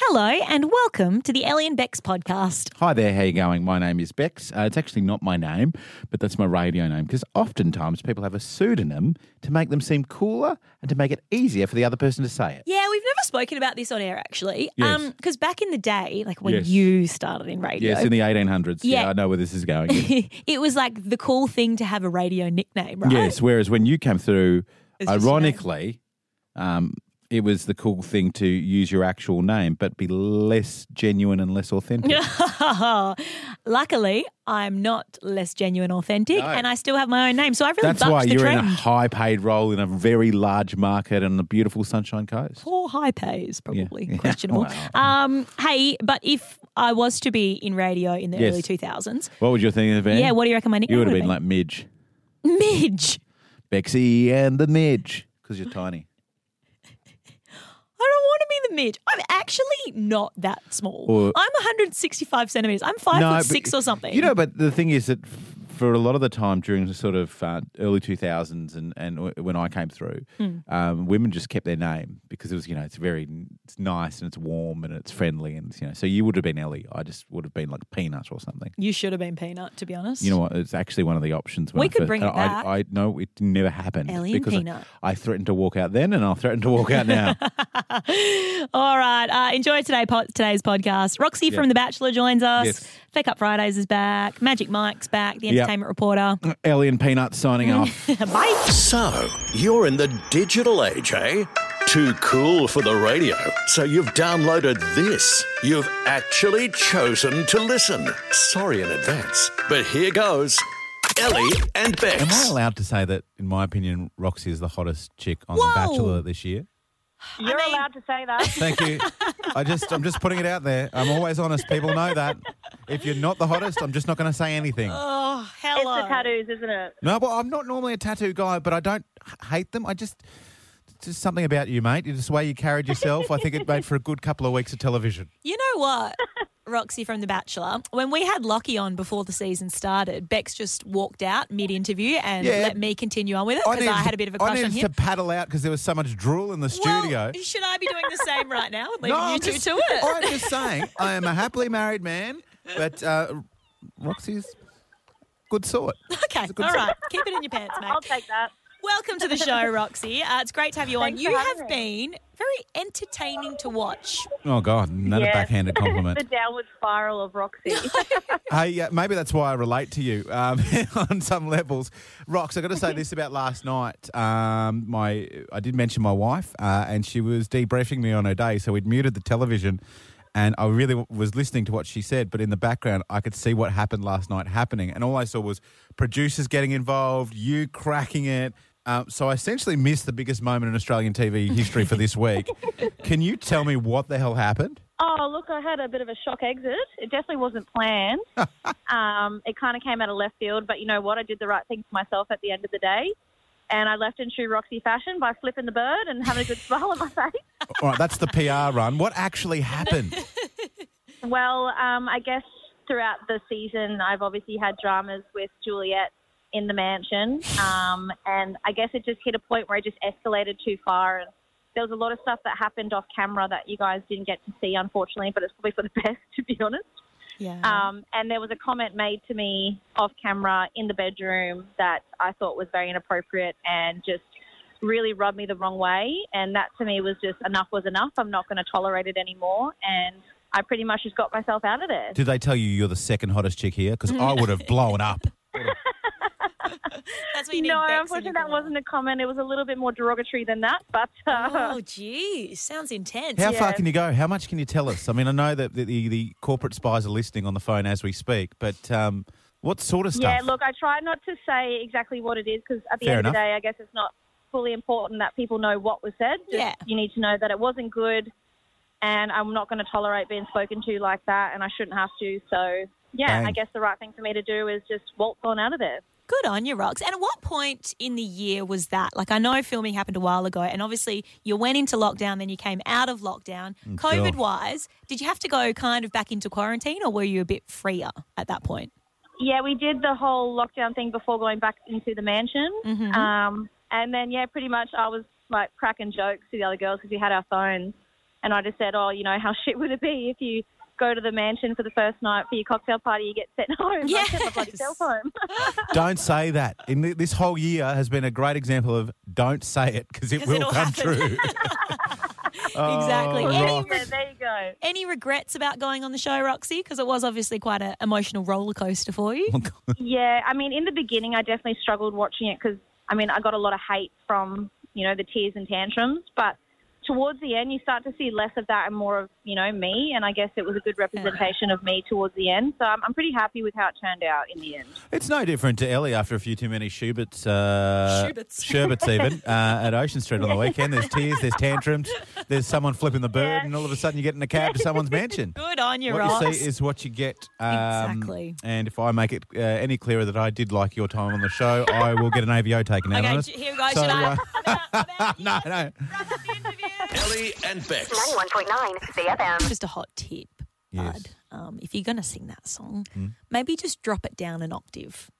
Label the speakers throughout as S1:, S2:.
S1: Hello and welcome to the Alien Bex podcast.
S2: Hi there, how you going? My name is Bex. Uh, it's actually not my name, but that's my radio name because oftentimes people have a pseudonym to make them seem cooler and to make it easier for the other person to say it.
S1: Yeah, we've never spoken about this on air actually.
S2: Yes.
S1: because back in the day, like when
S2: Yes.
S1: you started in radio,
S2: Yes, in the 1800s.
S1: Yeah.
S2: I know where this is going.
S1: it was like the cool thing to have a radio nickname, right?
S2: yes, whereas when you came through,
S1: It's just your name.
S2: ironically, um, it was the cool thing to use your actual name but be less genuine and less authentic.
S1: Luckily, I'm not less genuine, authentic,
S2: No.
S1: and I still have my own name. So I've really
S2: That's
S1: bucked
S2: why
S1: the
S2: you're
S1: trend.
S2: in a high paid role in a very large market on the beautiful Sunshine Coast.
S1: Poor high pays, probably
S2: Yeah.
S1: questionable. um, hey, but if I was to be in radio in the
S2: Yes.
S1: early 2000s,
S2: What would you think of it?
S1: yeah, what do you reckon my nickname
S2: You would have been
S1: been?
S2: like Midge.
S1: Midge.
S2: Bexy and the Midge. Because you're tiny.
S1: I don't want to be the midge. I'm actually not that small.
S2: Or-
S1: I'm 165 centimeters. I'm five foot six or something.
S2: You know, but the thing is that f- for a lot of the time during the sort of uh, early 2000s and, and w- when I came through,
S1: Hmm.
S2: um, women just kept their name because it was, you know, it's very it's nice and it's warm and it's friendly. And, it's, you know, so you would have been Ellie. I just would have been like Peanut or something.
S1: you should have been peanut, to be honest.
S2: You know what? It's actually one of the options. When
S1: We
S2: I
S1: could
S2: first-
S1: bring it
S2: I,
S1: back.
S2: I, I no, it never happened
S1: Ellie and
S2: because I-
S1: Peanut.
S2: I threatened to walk out then, and I'll threaten to walk out now.
S1: All right. Uh, enjoy today po- today's podcast. Roxy from The Bachelor joins us.
S2: Yes.
S1: Fake Up Fridays is back. Magic Mike's back. The
S2: Yeah.
S1: Entertainment Reporter.
S2: Ellie and Peanut signing off.
S1: Bye.
S3: So, you're in the digital age, eh? Too cool for the radio. So, you've downloaded this. You've actually chosen to listen. Sorry in advance. But here goes Ellie and Bex.
S2: Am I allowed to say that, in my opinion, Roxy is the hottest chick on
S1: Whoa.
S2: The Bachelor this year?
S4: You're
S1: mean-
S4: allowed to say that.
S2: Thank you. I just, I'm just putting it out there. I'm always honest. People know that. If you're not the hottest, I'm just not going to say anything.
S1: Oh,
S4: it's
S1: hello.
S4: the tattoos, isn't it?
S2: No, well, I'm not normally a tattoo guy, but I don't h- hate them. I just, it's just something about you, mate. It's the way you carried yourself. I think it made for a good couple of weeks of television.
S1: You know what, Roxy from The Bachelor? When we had Lockie on before the season started, Bex just walked out mid interview and
S2: Yeah.
S1: let me continue on with it because I,
S2: needed-
S1: had a bit of a
S2: I
S1: crush on
S2: needed
S1: him.
S2: to paddle out because there was so much drool in the studio.
S1: Well, should I be doing the same right now and leaving you
S2: I'm
S1: two
S2: just-
S1: to it?
S2: I'm just saying, I am a happily married man, but uh, Roxy's good sort.
S1: okay,
S2: good
S1: all
S2: sign.
S1: right. Keep it in your pants, mate.
S4: I'll take that.
S1: Welcome to the show, Roxy. Uh, it's great to have you on.
S4: Thanks for
S1: You
S4: having
S1: have been very entertaining to watch.
S2: Oh God, another
S4: Yes.
S2: backhanded
S4: the
S2: compliment.
S4: downward spiral of Roxy.
S2: hey, uh, maybe that's why I relate to you um, on some levels. Rox, I got to say this about last night. Um, my, I did mention my wife, uh, and she was debriefing me on her day, so we'd muted the television. And I really w- was listening to what she said, but in the background, I could see what happened last night happening. And all I saw was producers getting involved, you cracking it. Um, so I essentially missed the biggest moment in Australian TV history for this week. Can you tell me what the hell happened?
S4: oh, look, I had a bit of a shock exit. It definitely wasn't planned. um, it kind of came out of left field, but you know what? I did the right thing for myself at the end of the day. And I left in true Roxy fashion by flipping the bird and having a good smile on my face.
S2: All right, that's the PR run. What actually happened?
S4: Well, um, I guess throughout the season, I've obviously had dramas with Juliet in the mansion, um, and I guess it just hit a point where it just escalated too far. And there was a lot of stuff that happened off camera that you guys didn't get to see, unfortunately, but it's probably for the best, to be honest.
S1: Yeah.
S4: Um, and there was a comment made to me off camera in the bedroom that I thought was very inappropriate and just really rubbed me the wrong way. And that to me was just enough was enough. I'm not going to tolerate it anymore. And I pretty much just got myself out of there.
S2: Did they tell you you're the second hottest chick here? Because I would have blown up.
S1: That's what you need.
S4: no,
S1: Bex in
S4: unfortunately,
S1: your
S4: that
S1: corner.
S4: wasn't a comment. It was a little bit more derogatory than that. But uh,
S1: Oh, geez. Sounds intense.
S2: How far
S4: Yeah.
S2: can you go? How much can you tell us? I mean, I know that the, the, the corporate spies are listening on the phone as we speak, but um, what sort of
S4: yeah,
S2: stuff?
S4: look, I try not to say exactly what it is because at the
S2: Fair
S4: end of the
S2: enough.
S4: day, I guess it's not fully important that people know what was said. Just
S1: Yeah.
S4: You need to know that it wasn't good and I'm not going to tolerate being spoken to like that and I shouldn't have to. So, yeah,
S2: Bang.
S4: I guess the right thing for me to do is just waltz on out of there.
S1: Good on you, Rox. And at what point in the year was that? Like, I know filming happened a while ago, and obviously you went into lockdown, then you came out of lockdown.
S2: Mm, God.
S1: COVID wise, did you have to go kind of back into quarantine, or were you a bit freer at that point?
S4: Yeah, we did the whole lockdown thing before going back into the mansion. Um, and then, yeah, pretty much I was like cracking jokes to the other girls because we had our phones. And I just said, oh, you know, how shit would it be if you go to the mansion for the first night for your cocktail party, you get sent home. I sent my bloody
S1: Yes.
S4: self home.
S2: Don't say that. In th- this whole year has been a great example of don't say it because it
S1: 'Cause it'll
S2: will come
S1: happen.
S2: true.
S1: exactly.
S2: Oh,
S1: Any,
S2: Rox.
S1: re-
S4: yeah, there you go.
S1: any regrets about going on the show, Roxy? Because it was obviously quite an emotional roller coaster for you.
S4: Yeah, I mean, in the beginning, I definitely struggled watching it because, I mean, I got a lot of hate from, you know, the tears and tantrums. But towards the end, you start to see less of that and more of, you know, me. And I guess it was a good representation of me towards the end. So I'm, I'm pretty happy with how it turned out in the end.
S2: It's no different to Ellie after a few too many Schubert's, uh,
S1: Schubert's.
S2: Schubert's even, uh, at Ocean Street on the weekend. There's tears, there's tantrums, there's someone flipping the bird,
S4: Yeah.
S2: and all of a sudden you get in a cab to someone's mansion.
S1: Good on you,
S2: what
S1: Rox.
S2: you see is what you get. Um,
S1: Exactly.
S2: And if I make it uh, any clearer that I did like your time on the show, I will get an AVO taken out
S1: okay,
S2: on
S1: j- here we go.
S2: So,
S1: Should I?
S2: uh,
S1: I'm out, I'm out.
S2: No, no.
S3: Ellie and Bex.
S5: 91.9 CFM.
S1: Just a hot tip,
S2: Yes. Hmm?
S1: bud. Um, if you're going to sing that song, maybe just drop it down an octave.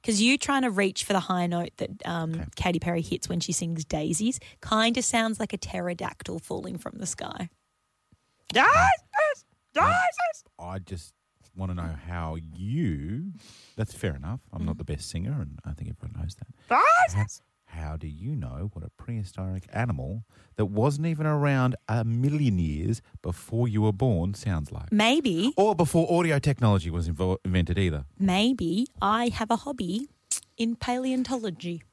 S1: Because you trying to reach for the high note that um, Katy Perry hits when she sings Daisies kind of sounds like a pterodactyl falling from the sky. Daisies! Daisies!
S2: I just want to know how you. That's fair enough. I'm
S1: Mm.
S2: not the best singer, and I think everyone knows that.
S1: Daisies!
S2: How do you know what a prehistoric animal that wasn't even around a million years before you were born sounds
S1: Mm.
S2: like?
S1: Maybe,
S2: Or before audio technology was invo- invented either.
S1: maybe I have a hobby in paleontology.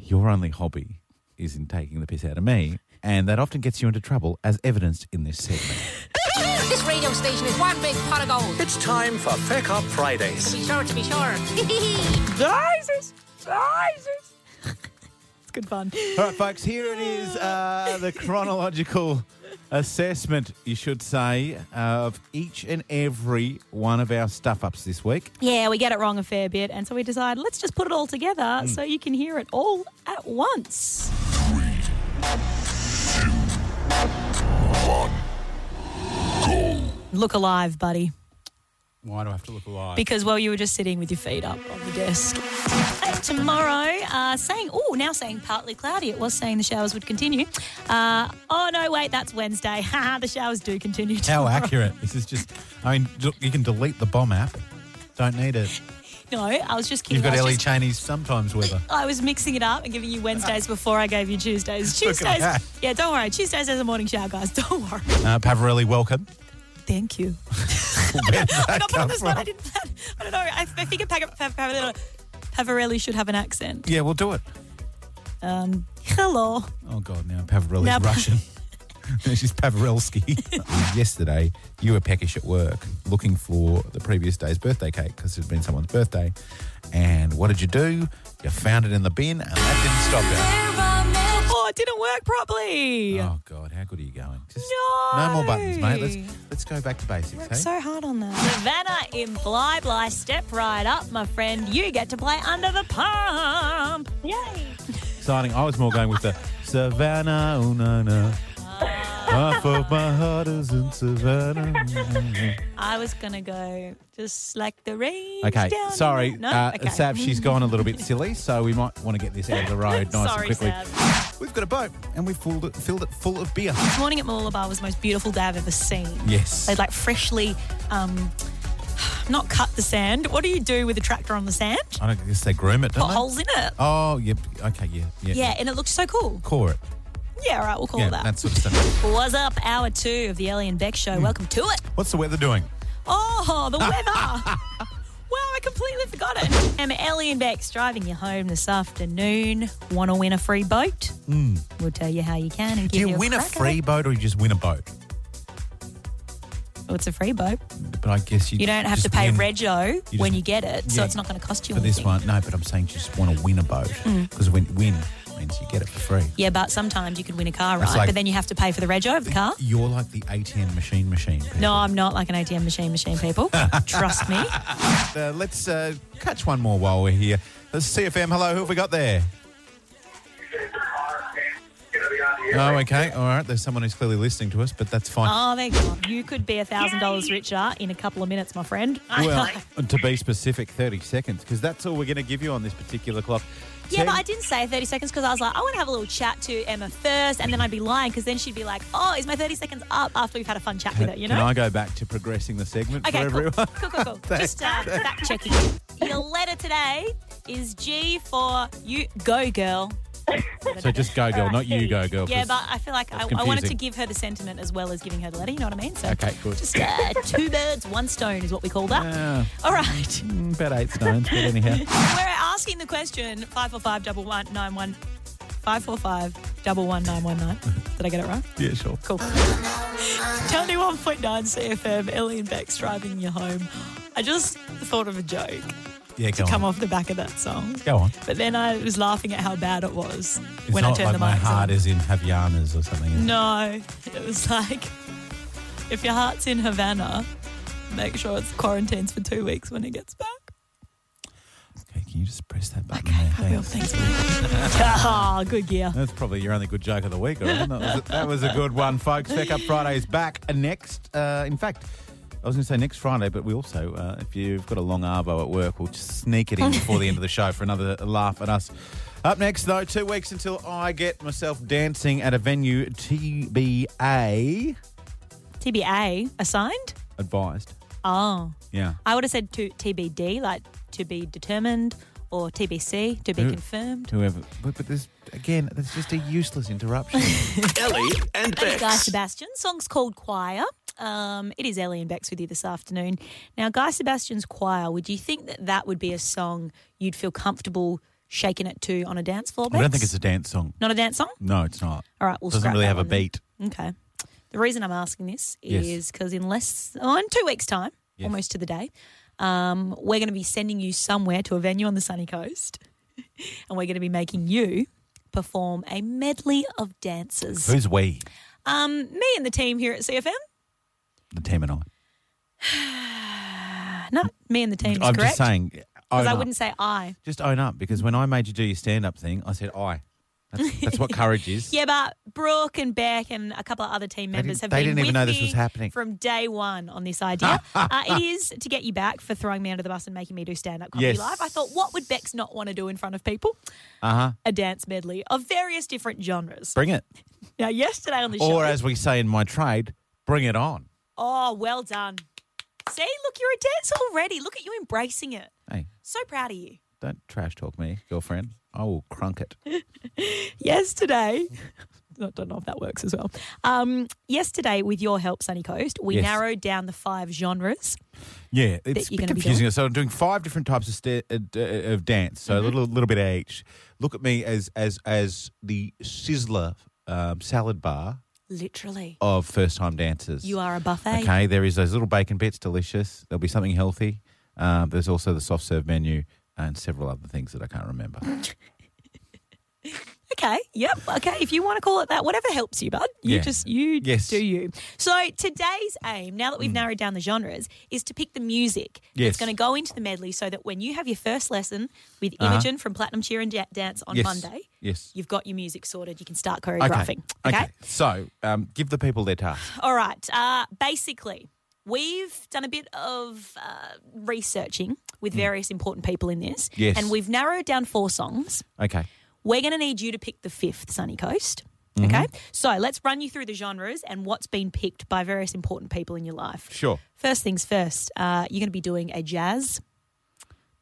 S2: Your only hobby is in taking the piss out of me, and that often gets you into trouble, as evidenced in this segment.
S6: This radio station is one big pot of gold.
S3: It's time for Feck Up Fridays.
S6: To be sure, to be sure.
S1: It's good fun.
S2: All right, folks, here it is uh, the chronological assessment, you should say, of each and every one of our stuff ups this week.
S1: Yeah, we get it wrong a fair bit, and so we decide let's just put it all together
S2: Hmm.
S1: so you can hear it all at once. Look alive, buddy.
S2: Why do I have to look alive?
S1: Because, well, you were just sitting with your feet up on the desk. Tomorrow, uh, saying, oh, now saying partly cloudy. It was saying the showers would continue. Uh, oh, no, wait, that's Wednesday. Haha, the showers do continue.
S2: How
S1: tomorrow.
S2: accurate. This is just, I mean, look, you can delete the bomb app. Don't need it.
S1: No, I was just kidding.
S2: You've got
S1: I was
S2: Ellie
S1: just-
S2: Cheney's sometimes weather.
S1: I was mixing it up and giving you Wednesdays before I gave you Tuesdays.
S2: Look at
S1: Tuesdays.
S2: that.
S1: Yeah, don't worry. Tuesdays has a morning shower, guys. Don't worry.
S2: Uh, Pavarelli, welcome.
S1: Thank you.
S2: Where did
S1: I
S2: that
S1: got put on
S2: come
S1: the spot. I
S2: from?
S1: didn't plan. I don't know. I, I think a packet Pavarelli should have an accent.
S2: Yeah, we'll do it.
S1: Um, hello.
S2: Oh God, now Pavarelli's
S1: Now-
S2: Russian. She's Pavarelsky. Yesterday, you were peckish at work, looking for the previous day's birthday cake because it had been someone's birthday. And what did you do? You found it in the bin, and that
S1: Oh, it didn't work properly.
S2: didn't stop you. Oh God, how good are you going? Just
S1: No.
S2: more buttons, mate. Let's let's go back to basics. Hey?
S1: Worked so hard on that. Savannah in Bly Bly, step right up, my friend. You get to play under the pump.
S4: Yay.
S2: Exciting. I was more going with the Savannah. Oh no no. Half of my heart is in Savannah.
S1: I was gonna go just like the rain.
S2: Okay,
S1: down in
S2: sorry,
S1: the- No?
S2: uh,
S1: okay.
S2: Sav, she's gone a little bit silly, so we might want to get this out of the road nice
S1: Sorry,
S2: and quickly.
S1: Sav.
S2: We've got a boat and we've filled it, filled it full of beer.
S1: This morning at Moolabar was the most beautiful day I've ever seen.
S2: Yes.
S1: They'd like freshly, um, not cut the sand. What do you do with a tractor on the sand?
S2: I don't guess they groom it, don't
S1: Put
S2: they?
S1: holes in it.
S2: Oh, yep. Okay, yeah, yeah.
S1: Yeah, and it looked so cool.
S2: Core it.
S1: Yeah, all right, we'll call
S2: yeah,
S1: it that.
S2: that sort of stuff.
S1: What's up, hour two of the Ellie and Beck
S2: Hmm.
S1: show? Welcome to it.
S2: What's the weather doing?
S1: Oh, the weather. wow, I completely forgot it. Um, Ellie and Beck's driving you home this afternoon. Want to win a free boat? We'll tell you how you can and
S2: Hmm. Do
S1: give
S2: you win a
S1: crack at
S2: free
S1: it.
S2: boat or you just win a boat?
S1: Oh, it's a free boat.
S2: But I guess you
S1: You don't have
S2: just
S1: to pay
S2: win
S1: rego
S2: just-
S1: when you get it, so
S2: yeah.
S1: it's not going to cost you
S2: for
S1: anything. Mm.
S2: this one. No, but I'm saying just want to win a boat because when you win means you get it for free.
S1: Yeah, but sometimes you can win a car
S2: That's
S1: ride,
S2: like-
S1: but then you have to pay for the rego of the car.
S2: You're like the ATM machine machine. people.
S1: No, I'm not like an ATM machine machine, people. Trust me.
S2: Uh, let's uh, catch one more while we're here. Let's CFM. Hello, who have we got there? Oh, okay. All right. There's someone who's clearly listening to us, but that's fine.
S1: Oh, there you go. You could be a $1,000 richer in a couple of minutes, my friend.
S2: Well, to be specific, 30 seconds, because that's all we're going to give you on this particular clock.
S1: Yeah, but I didn't say 30 seconds because I was like, I want to have a little chat to Emma first, and then I'd be lying because then she'd be like, oh, is my 30 seconds up after we've had a fun chat with her, you know?
S2: Uh, Can I go back to progressing the segment
S1: Okay,
S2: for
S1: cool.
S2: everyone?
S1: cool, cool, cool. Just uh, fact checking. Your letter today is G for you go girl.
S2: So just go, girl, not you go, girl.
S1: Yeah,
S2: 'cause-
S1: but I feel like I, I wanted
S2: confusing.
S1: to give her the sentiment as well as giving her the letter. You know what I mean? So
S2: Okay, good.
S1: Just uh, two birds, one stone is what we call that.
S2: Yeah.
S1: All right.
S2: Mm, about eight stones, but anyhow.
S1: We're asking the question five four five double one nine one five four five double one nine one nine. Did I get it right?
S2: Yeah, sure.
S1: Cool. Tony one point nine CFM. Ellie and Beck's driving you home. I just thought of a joke
S2: Yeah, go
S1: to come
S2: on.
S1: off the back of that song.
S2: Go on.
S1: But then I was laughing at how bad it was
S2: It's
S1: when
S2: not
S1: I turned the
S2: like
S1: mics
S2: my heart
S1: on.
S2: is in Havaianas or something. is it?
S1: no, it was like if your heart's in Havana, make sure it's quarantines for two weeks when it gets back.
S2: Okay, can you just press that button
S1: Okay,
S2: there?
S1: I will. Thanks, mate. Ah, good gear.
S2: That's probably your only good joke of the week. All right? that, was a, that was a good one, folks. Back Up Friday is back next. Uh, in fact, I was going to say next Friday, but we also, uh, if you've got a long arvo at work, we'll just sneak it in before the end of the show for another laugh at us. Up next, though, two weeks until I get myself dancing at a venue TBA
S1: TBA assigned?
S2: advised.
S1: Oh,
S2: Yeah.
S1: I would have said to TBD, like to be determined, or TBC, to be
S2: Who-
S1: confirmed.
S2: Whoever. But, but there's, again, that's just a useless interruption.
S3: Ellie and
S1: Hey Guy
S3: Bex.
S1: Sebastian, song's called Choir. Um, it is Ellie and Bex with you this afternoon. Now, Guy Sebastian's Choir, would you think that that would be a song you'd feel comfortable shaking it to on a dance floor? Bex?
S2: I don't think it's a dance song.
S1: not a dance song.
S2: No, it's not.
S1: All right, we'll
S2: Doesn't
S1: scrap
S2: really
S1: that
S2: have a
S1: one then.
S2: beat.
S1: Okay. The reason I'm asking this
S2: Yes.
S1: is because in less oh, in two weeks' time,
S2: Yes.
S1: almost to the day, um, we're going to be sending you somewhere to a venue on the sunny coast, and we're going to be making you perform a medley of dances.
S2: Who's we?
S1: Um, me and the team here at CFM.
S2: The team and I.
S1: No, me and the team. Is
S2: I'm
S1: correct.
S2: just saying. Own
S1: Because I
S2: up.
S1: wouldn't say I.
S2: Just own up because when I made you do your stand up thing, I said I. That's, that's what courage is.
S1: Yeah, but Brooke and Beck and a couple of other team members
S2: didn't-
S1: have
S2: they
S1: been
S2: didn't even
S1: with
S2: know this
S1: me
S2: was happening.
S1: from day one on this idea. uh, it is to get you back for throwing me under the bus and making me do stand up comedy
S2: Yes.
S1: live. I thought, what would Bex not want to do in front of people?
S2: Uh huh.
S1: A dance medley of various different genres.
S2: Bring it.
S1: Now, yesterday on the show,
S2: Or as we say in my trade, bring it on.
S1: oh, well done. See, look, you're a dancer already. Look at you embracing it.
S2: Hey,
S1: So proud of you.
S2: don't trash talk me, girlfriend. I will crunk it.
S1: yesterday. I don't know if that works as well. Um, yesterday, with your help, Sunny Coast, we
S2: Yes.
S1: narrowed down the five genres.
S2: Yeah, it's a
S1: you're
S2: bit
S1: gonna be
S2: confusing. So I'm doing five different types of sta- uh, d- uh, of dance.
S1: Mm-hmm.
S2: So a little little bit of each. Look at me as as as the sizzler um, salad bar
S1: Literally.
S2: of first time dancers.
S1: You are a buffet.
S2: Okay, there is those little bacon bits, delicious. There'll be something healthy. Um, there's also the soft serve menu and several other things that I can't remember.
S1: Okay. Yep. Okay. If you want to call it that, whatever helps you, bud. You
S2: Yeah.
S1: just you
S2: Yes. Mm.
S1: do you. So today's aim, now that we've narrowed down the genres, is to pick the music
S2: Yes.
S1: that's going to go into the medley, so that when you have your first lesson with
S2: Uh-huh.
S1: Imogen from Platinum Cheer and Ja- Dance on
S2: Yes.
S1: Monday,
S2: Yes.
S1: you've got your music sorted. You can start choreographing.
S2: Okay. So um, give the people their task.
S1: All right. Uh, basically, we've done a bit of uh, researching with various important people in this.
S2: Hmm. Yes.
S1: And we've narrowed down four songs.
S2: Okay.
S1: We're going to need you to pick the fifth, Sunny Coast.
S2: Mm-hmm.
S1: Okay. So let's run you through the genres and what's been picked by various important people in your life.
S2: Sure.
S1: First things first, uh, you're going to be doing a jazz,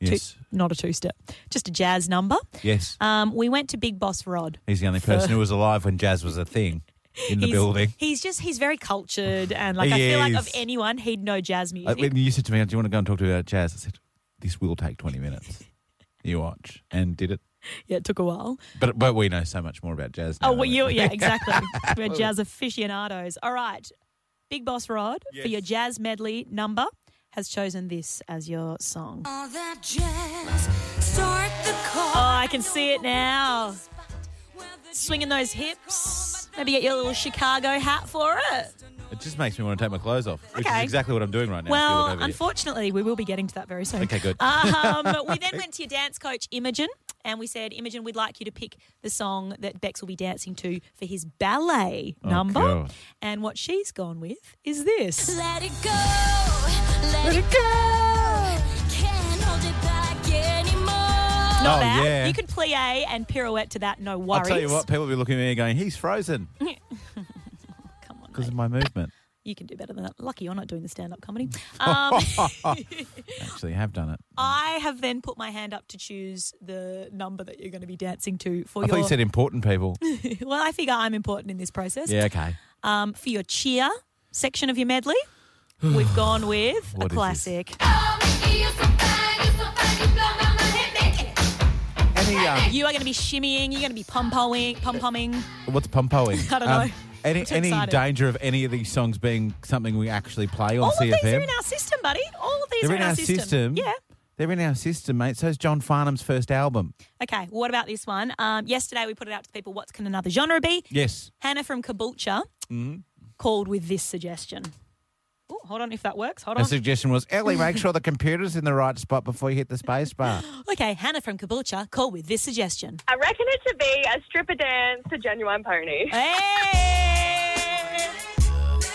S1: two-
S2: Yes.
S1: not a two step, just a jazz number.
S2: Yes.
S1: Um, we went to Big Boss Rod.
S2: He's the only person who was alive when jazz was a thing in the
S1: he's,
S2: building.
S1: He's just, he's very cultured. And like,
S2: He
S1: I feel like
S2: is.
S1: of anyone, he'd know jazz
S2: Uh,
S1: music.
S2: when you said to me, "Do you want to go and talk to me about jazz?" I said, "This will take twenty minutes." You watch and did it,
S1: yeah, it took a while.
S2: but but we know so much more about jazz. Now
S1: Oh, well,
S2: than-
S1: you, yeah, exactly. We're jazz aficionados. All right. Big Boss Rod, for your jazz medley number, has chosen this as your song. Oh,
S5: All that jazz, start the car.
S1: I can see it now. Swinging those hips. Maybe get your little Chicago hat for it.
S2: It just makes me want to take my clothes off, which is
S1: Okay.
S2: exactly what I'm doing right now. if you
S1: Well,
S2: look over here.
S1: unfortunately, we will be getting to that very soon.
S2: Okay, good.
S1: Um, we then went to your dance coach, Imogen, and we said, Imogen, we'd like you to pick the song that Bex will be dancing to for his ballet number.
S2: Oh, God.
S1: And what she's gone with is this.
S5: Let it go. Let, it go. Can't hold it back anymore.
S1: Not
S2: Oh,
S1: bad.
S2: yeah.
S1: You could plie and pirouette to that, no worries.
S2: I'll tell you what, people will be looking at me going, he's frozen
S1: Come on,
S2: because
S1: mate.
S2: of my movement.
S1: You can do better than that. Lucky you're not doing the stand up comedy. Um,
S2: Actually, I have done it.
S1: I have then put my hand up to choose the number that you're going to be dancing to for
S2: I
S1: your.
S2: thought you said important people.
S1: well, I figure I'm important in this process.
S2: yeah, okay.
S1: Um, for your cheer section of your medley, we've gone with
S2: What
S1: a
S2: is this?
S1: classic.
S2: Any, um,
S1: You are going to be shimmying. You're going to be pom pom pomming.
S2: what's pompoing? Um,
S1: I don't know.
S2: Any,
S1: I'm too
S2: any
S1: excited.
S2: danger of any of these songs being something we actually play on
S1: All of
S2: CFM?
S1: these are in our system, buddy. All of these
S2: They're
S1: are in our, system. Yeah.
S2: They're in our system, mate. So is John Farnham's first album.
S1: Okay. What about this one? Um, yesterday we put it out to people. What can another genre be?
S2: Yes.
S1: Hannah from Caboolture
S2: Mm-hmm.
S1: called with this suggestion. Oh, hold on, if that works. Hold
S2: Her
S1: on.
S2: suggestion was, Ellie, make sure the computer's in the right spot before you hit the space bar.
S1: okay, Hannah from Caboolture called with this suggestion.
S7: I reckon it should be a stripper dance to Genuine Pony.
S1: Hey!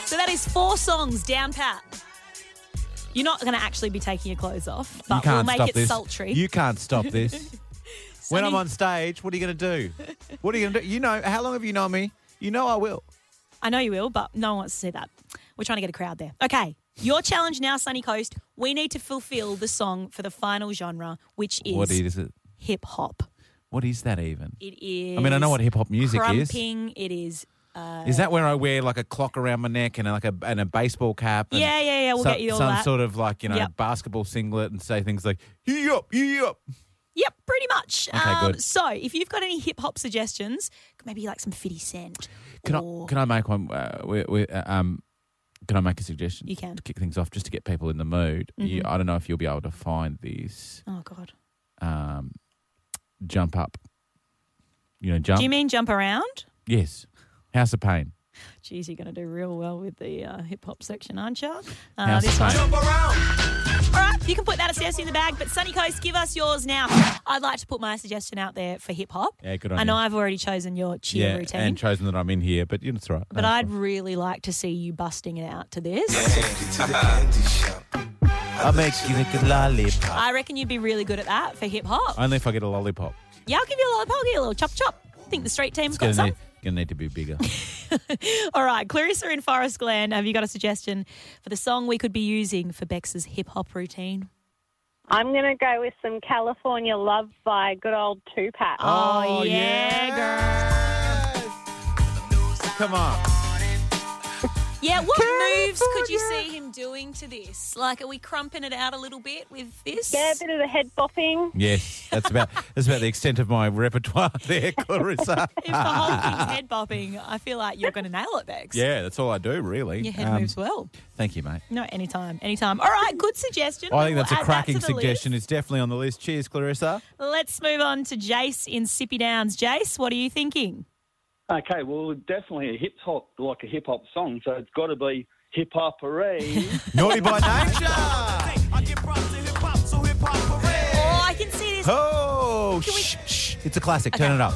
S1: So that is four songs down pat. You're not going to actually be taking your clothes off,
S2: you
S1: but
S2: can't
S1: we'll make
S2: stop
S1: it
S2: this.
S1: sultry.
S2: You can't stop this. when I'm
S1: Sunny-
S2: on stage, what are you going to do? What are you going to do? You know, how long have you known me? You know I will.
S1: I know you will, but no one wants to see that. We're trying to get a crowd there. Okay, your challenge now, Sunny Coast. We need to fulfill the song for the final genre, which is,
S2: it?
S1: hip hop.
S2: What is that even?
S1: It is.
S2: I mean, I know what hip hop music is.
S1: crumping. It is. Uh,
S2: Is that where I wear like a clock around my neck and like a and a baseball cap? And
S1: Yeah, yeah, yeah, we'll
S2: so-
S1: get you all
S2: some
S1: that.
S2: sort of like you know
S1: Yep.
S2: basketball singlet and say things like yee up, yee up.
S1: Yep, pretty much. Um,
S2: Okay, good.
S1: So, if you've got any hip hop suggestions, maybe like some 50 Cent.
S2: Can
S1: or
S2: I can I make one? Uh, we, we, uh, um, can I make a suggestion?
S1: You can. Mm-hmm.
S2: to kick things off just to get people in the mood. You, I don't know if you'll be able to find this.
S1: Oh, God.
S2: Um, jump up. You know, jump.
S1: Do you mean jump around?
S2: Yes. House of Pain.
S1: Geez, you're going to do real well with the uh, hip hop section, aren't you? Uh,
S2: House
S1: this
S2: of
S1: one.
S2: Pain.
S1: All right, you can put that a suggestion in the bag, but Sunny Coast, give us yours now. I'd like to put my suggestion out there for hip hop.
S2: Yeah, good on
S1: I know
S2: you.
S1: I've already chosen your cheer
S2: Yeah,
S1: routine,
S2: and chosen that I'm in here, but you know, it's all right.
S1: but
S2: No,
S1: I'd really like to see you busting it out to this.
S2: I'll make you a good lollipop.
S1: I reckon you'd be really good at that for hip hop.
S2: Only if I get a lollipop.
S1: Yeah, I'll give you a lollipop, I'll give you a little chop chop. I think the street team's got
S2: Gonna
S1: some.
S2: need, gonna need to be bigger.
S1: All right, Clarissa in Forest Glen, have you got a suggestion for the song we could be using for Bex's hip hop routine?
S7: I'm going to go with some California Love by good old Tupac.
S1: Oh, yeah,
S2: girl. Come on.
S1: Yeah, what moves could you see him doing to this? Like, are we crumping it out a little bit with this?
S7: Yeah, a bit of the head bopping.
S2: Yes, that's about that's about the extent of my repertoire there, Clarissa.
S1: if the whole thing's head bopping, I feel like you're going to nail it, Bex.
S2: yeah, that's all I do really.
S1: Your head
S2: Um,
S1: moves well.
S2: Thank you, mate.
S1: No, anytime, anytime. All right, good suggestion.
S2: I
S1: We
S2: think
S1: will
S2: that's
S1: add
S2: a
S1: that
S2: cracking
S1: to the list.
S2: suggestion. It's definitely on the list. Cheers, Clarissa.
S1: Let's move on to Jace in Sippy Downs. Jace, what are you thinking?
S8: Okay, well, definitely a hip hop, like a hip hop song, so it's got to be hip hop parade.
S2: Naughty by nature.
S1: Oh, I can see this.
S2: Oh,
S1: we-
S2: shh, shh. It's a classic. Turn it up.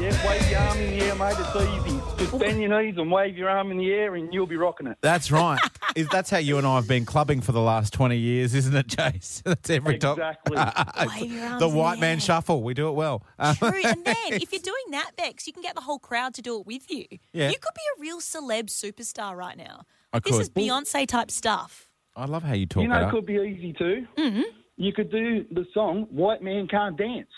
S8: yeah, wave your arm in the air, mate. It's easy. Just bend your knees and wave your arm in the air, and you'll be rocking it.
S2: That's right. Is- that's how you and I have been clubbing for the last 20 years, isn't it, Jace? That's every time.
S8: Exactly.
S1: Wave your arms
S2: The
S1: in
S2: white man
S1: air.
S2: shuffle. We do it well. Uh,
S1: True. And then if you're doing that, Bex, you can get the whole crowd to do it with you.
S2: Yeah.
S1: You could be a real celeb superstar right now.
S2: I
S1: this
S2: could.
S1: is Beyonce type stuff.
S2: I love how you talk
S8: you
S2: that
S8: know, it
S2: up.
S8: could be easy too. Mm-hmm. You could do the song "White Man Can't Dance."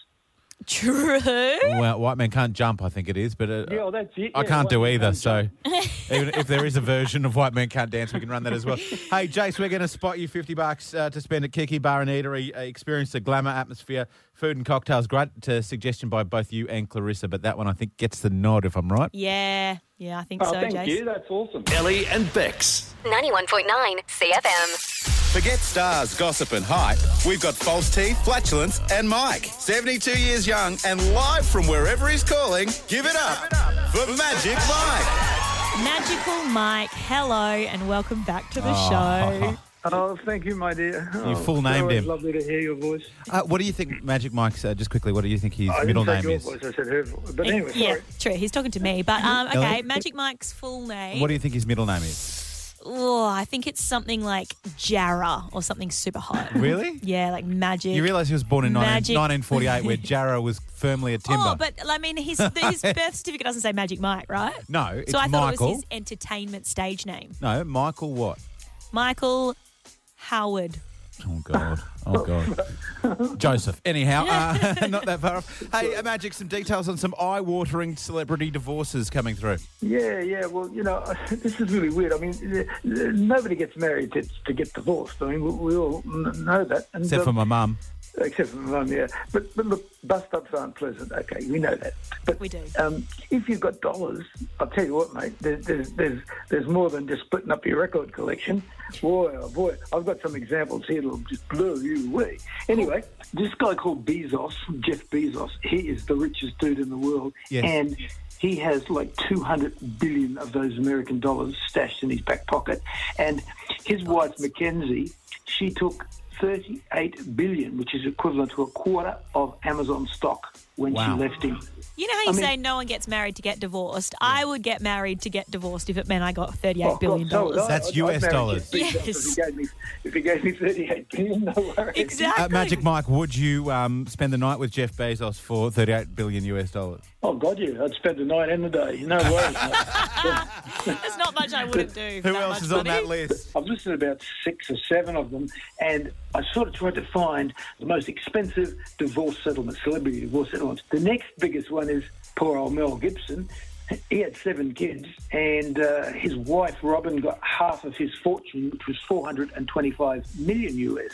S1: True.
S2: Well, white man can't jump, I think it is, but uh,
S8: Yeah, well, that's it.
S2: I
S8: Yeah,
S2: can't
S8: white
S2: do
S8: man
S2: either.
S8: can't
S2: So even if there is a version of white man can't dance, we can run that as well. hey, Jace, we're going to spot you 50 bucks uh, to spend at Kiki Bar and Eatery. Uh, experience the glamour atmosphere, food and cocktails. Great uh, suggestion by both you and Clarissa, but that one I think gets the nod if I'm right.
S1: Yeah. Yeah, I think
S8: Oh,
S1: so,
S8: thank
S1: Jace.
S8: you. That's awesome.
S3: Ellie and Bex.
S9: 91.9 CFM.
S10: Forget stars, gossip, and hype. We've got False Teeth, Flatulence, and Mike. 72 years young and live from wherever he's calling. Give it up for Magic Mike.
S1: Magical Mike, hello and welcome back to the
S2: Ah.
S1: show.
S8: Oh, thank you, my dear.
S11: Oh,
S2: You full named him.
S8: Lovely to hear your voice.
S2: Uh, what do you think, Magic Mike's, uh, just quickly, what do you think his
S8: I
S2: middle
S8: didn't say
S2: name
S8: your
S2: is?
S8: voice. I said her. voice. But anyway,
S1: yeah,
S8: sorry.
S1: true. He's talking to me, but um,
S2: No.
S1: okay. Magic Mike's full name.
S2: What do you think his middle name is?
S1: oh, I think it's something like Jarrah or something super hot.
S2: Really?
S1: Yeah, like magic.
S2: You realise he was born in 19,
S1: Magic.
S2: 1948 where Jarrah was firmly a timber.
S1: Oh, but I mean, his, his birth certificate doesn't say Magic Mike, right?
S2: No, it's
S1: so I thought
S2: Michael.
S1: it was his entertainment stage name,
S2: no, Michael what?
S1: Michael Howard.
S2: Oh God! Oh God! Joseph. Anyhow, uh, not that far off. Hey, uh, Magic, some details on some eye-watering celebrity divorces coming through.
S11: Yeah, yeah. Well, you know, this is really weird. I mean, th- th- nobody gets married to, to get divorced. I mean, we, we all n- know that. And,
S2: Except for
S11: um,
S2: my mum.
S11: Except for my mum, yeah. But, but look, bust ups aren't pleasant. Okay, we know that. But we do. Um, if you've got dollars, I'll tell you what, mate. There's there's there's, there's more than just splitting up your record collection. Boy, oh boy, I've got some examples here that'll just blow you away. Anyway, this guy called Bezos, Jeff Bezos, he is the richest dude in the world,
S12: Yes.
S11: and he has like 200 billion of those American dollars stashed in his back pocket. And his wife, Mackenzie, she took 38 billion, which is equivalent to a quarter of Amazon stock when
S2: Wow.
S11: she left him.
S1: You know how you say no one gets married to get divorced? I would get married to get divorced if it meant I got
S11: Oh,
S1: thirty-eight billion
S11: God, so would I.
S1: dollars.
S2: That's
S11: I'd- I'd
S2: US
S11: marry
S2: dollars.
S11: Jeff Bezos If he gave me, if he gave me 38 billion, no worries.
S1: Exactly.
S2: Uh, Magic Mike, would you um, spend the night with Jeff Bezos for 38 billion US dollars?
S11: Oh, God, you. I'd spend the night and the day. No worries.
S1: There's not much I wouldn't do. for that much money.
S11: list? I've listened to about six or seven of them, and I sort of tried to find the most expensive divorce settlement, celebrity divorce settlements. The next biggest one is poor old Mel Gibson. He had seven kids, and uh, his wife Robin got half of his fortune, which was 425 million US.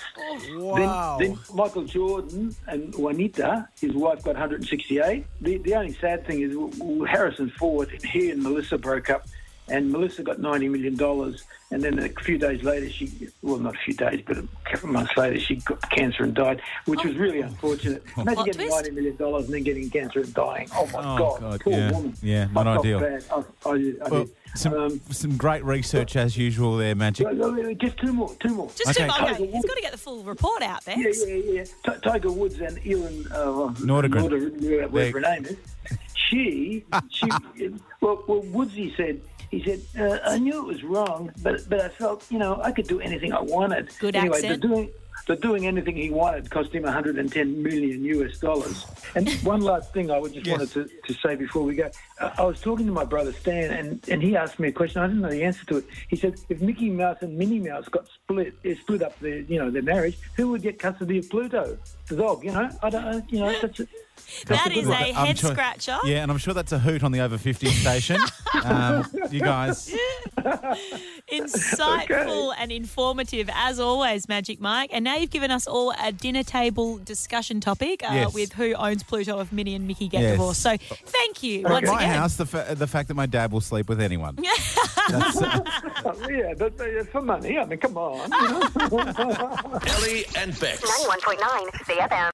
S2: Wow.
S11: Then, then Michael Jordan and Juanita, his wife, got 168. The, the only sad thing is w- w- Harrison Ford, he and Melissa broke up, and Melissa got $90 million. And then a few days later, she, well, not a few days, but a couple of months later, she got cancer and died, which was really unfortunate. Imagine
S1: Plot
S11: getting
S1: twist.
S11: $90 million and then getting cancer and dying. Oh, my
S2: Oh,
S11: God.
S2: God,
S11: Poor
S2: yeah.
S11: woman.
S2: Yeah, not
S11: I felt
S2: ideal.
S11: bad. I, I, I
S2: Well,
S11: did.
S2: some,
S1: Um,
S2: some great research as usual there, Magic.
S11: Well, well, Just two more, two more.
S1: Just
S2: Okay.
S1: too much. Okay. He's got to get the full report out there.
S11: Yeah, yeah, yeah. T- Tiger Woods and Elon uh,
S2: Nordegren.
S11: Norder- whatever her name is. She, she. well, well, Woodsy said. He said, uh, "I knew it was wrong, but but I felt, you know, I could do anything I wanted."
S1: Good
S11: anyway,
S1: accent.
S11: The doing, the doing anything he wanted cost him 110 million US dollars. And one last thing I would just wanted to, to say before we go, I, I was talking to my brother Stan, and, and he asked me a question. I didn't know the answer to it. He said, "If Mickey Mouse and Minnie Mouse got split, eh, split up their you know their marriage, who would get custody of Pluto, the dog? You know, I don't, know, you know, that's a,
S1: That
S2: That's a
S1: is
S2: good
S1: a
S2: one. I'm
S1: head
S2: sure-
S1: scratcher.
S2: Yeah, and I'm sure that's a hoot on the over 50 station. um, you guys,
S1: Insightful and informative as always, Magic Mike. And now you've given us all a dinner table discussion topic uh,
S2: Yes.
S1: with who owns Pluto if Minnie and Mickey get
S2: Yes.
S1: divorced. So thank you
S2: Well,
S1: once
S2: at my
S1: again.
S2: house, the, fa- the fact that my dad will sleep with anyone.
S11: yeah, but uh, for money, I mean, come on."
S9: Ellie and Bex. 91.9 CFM.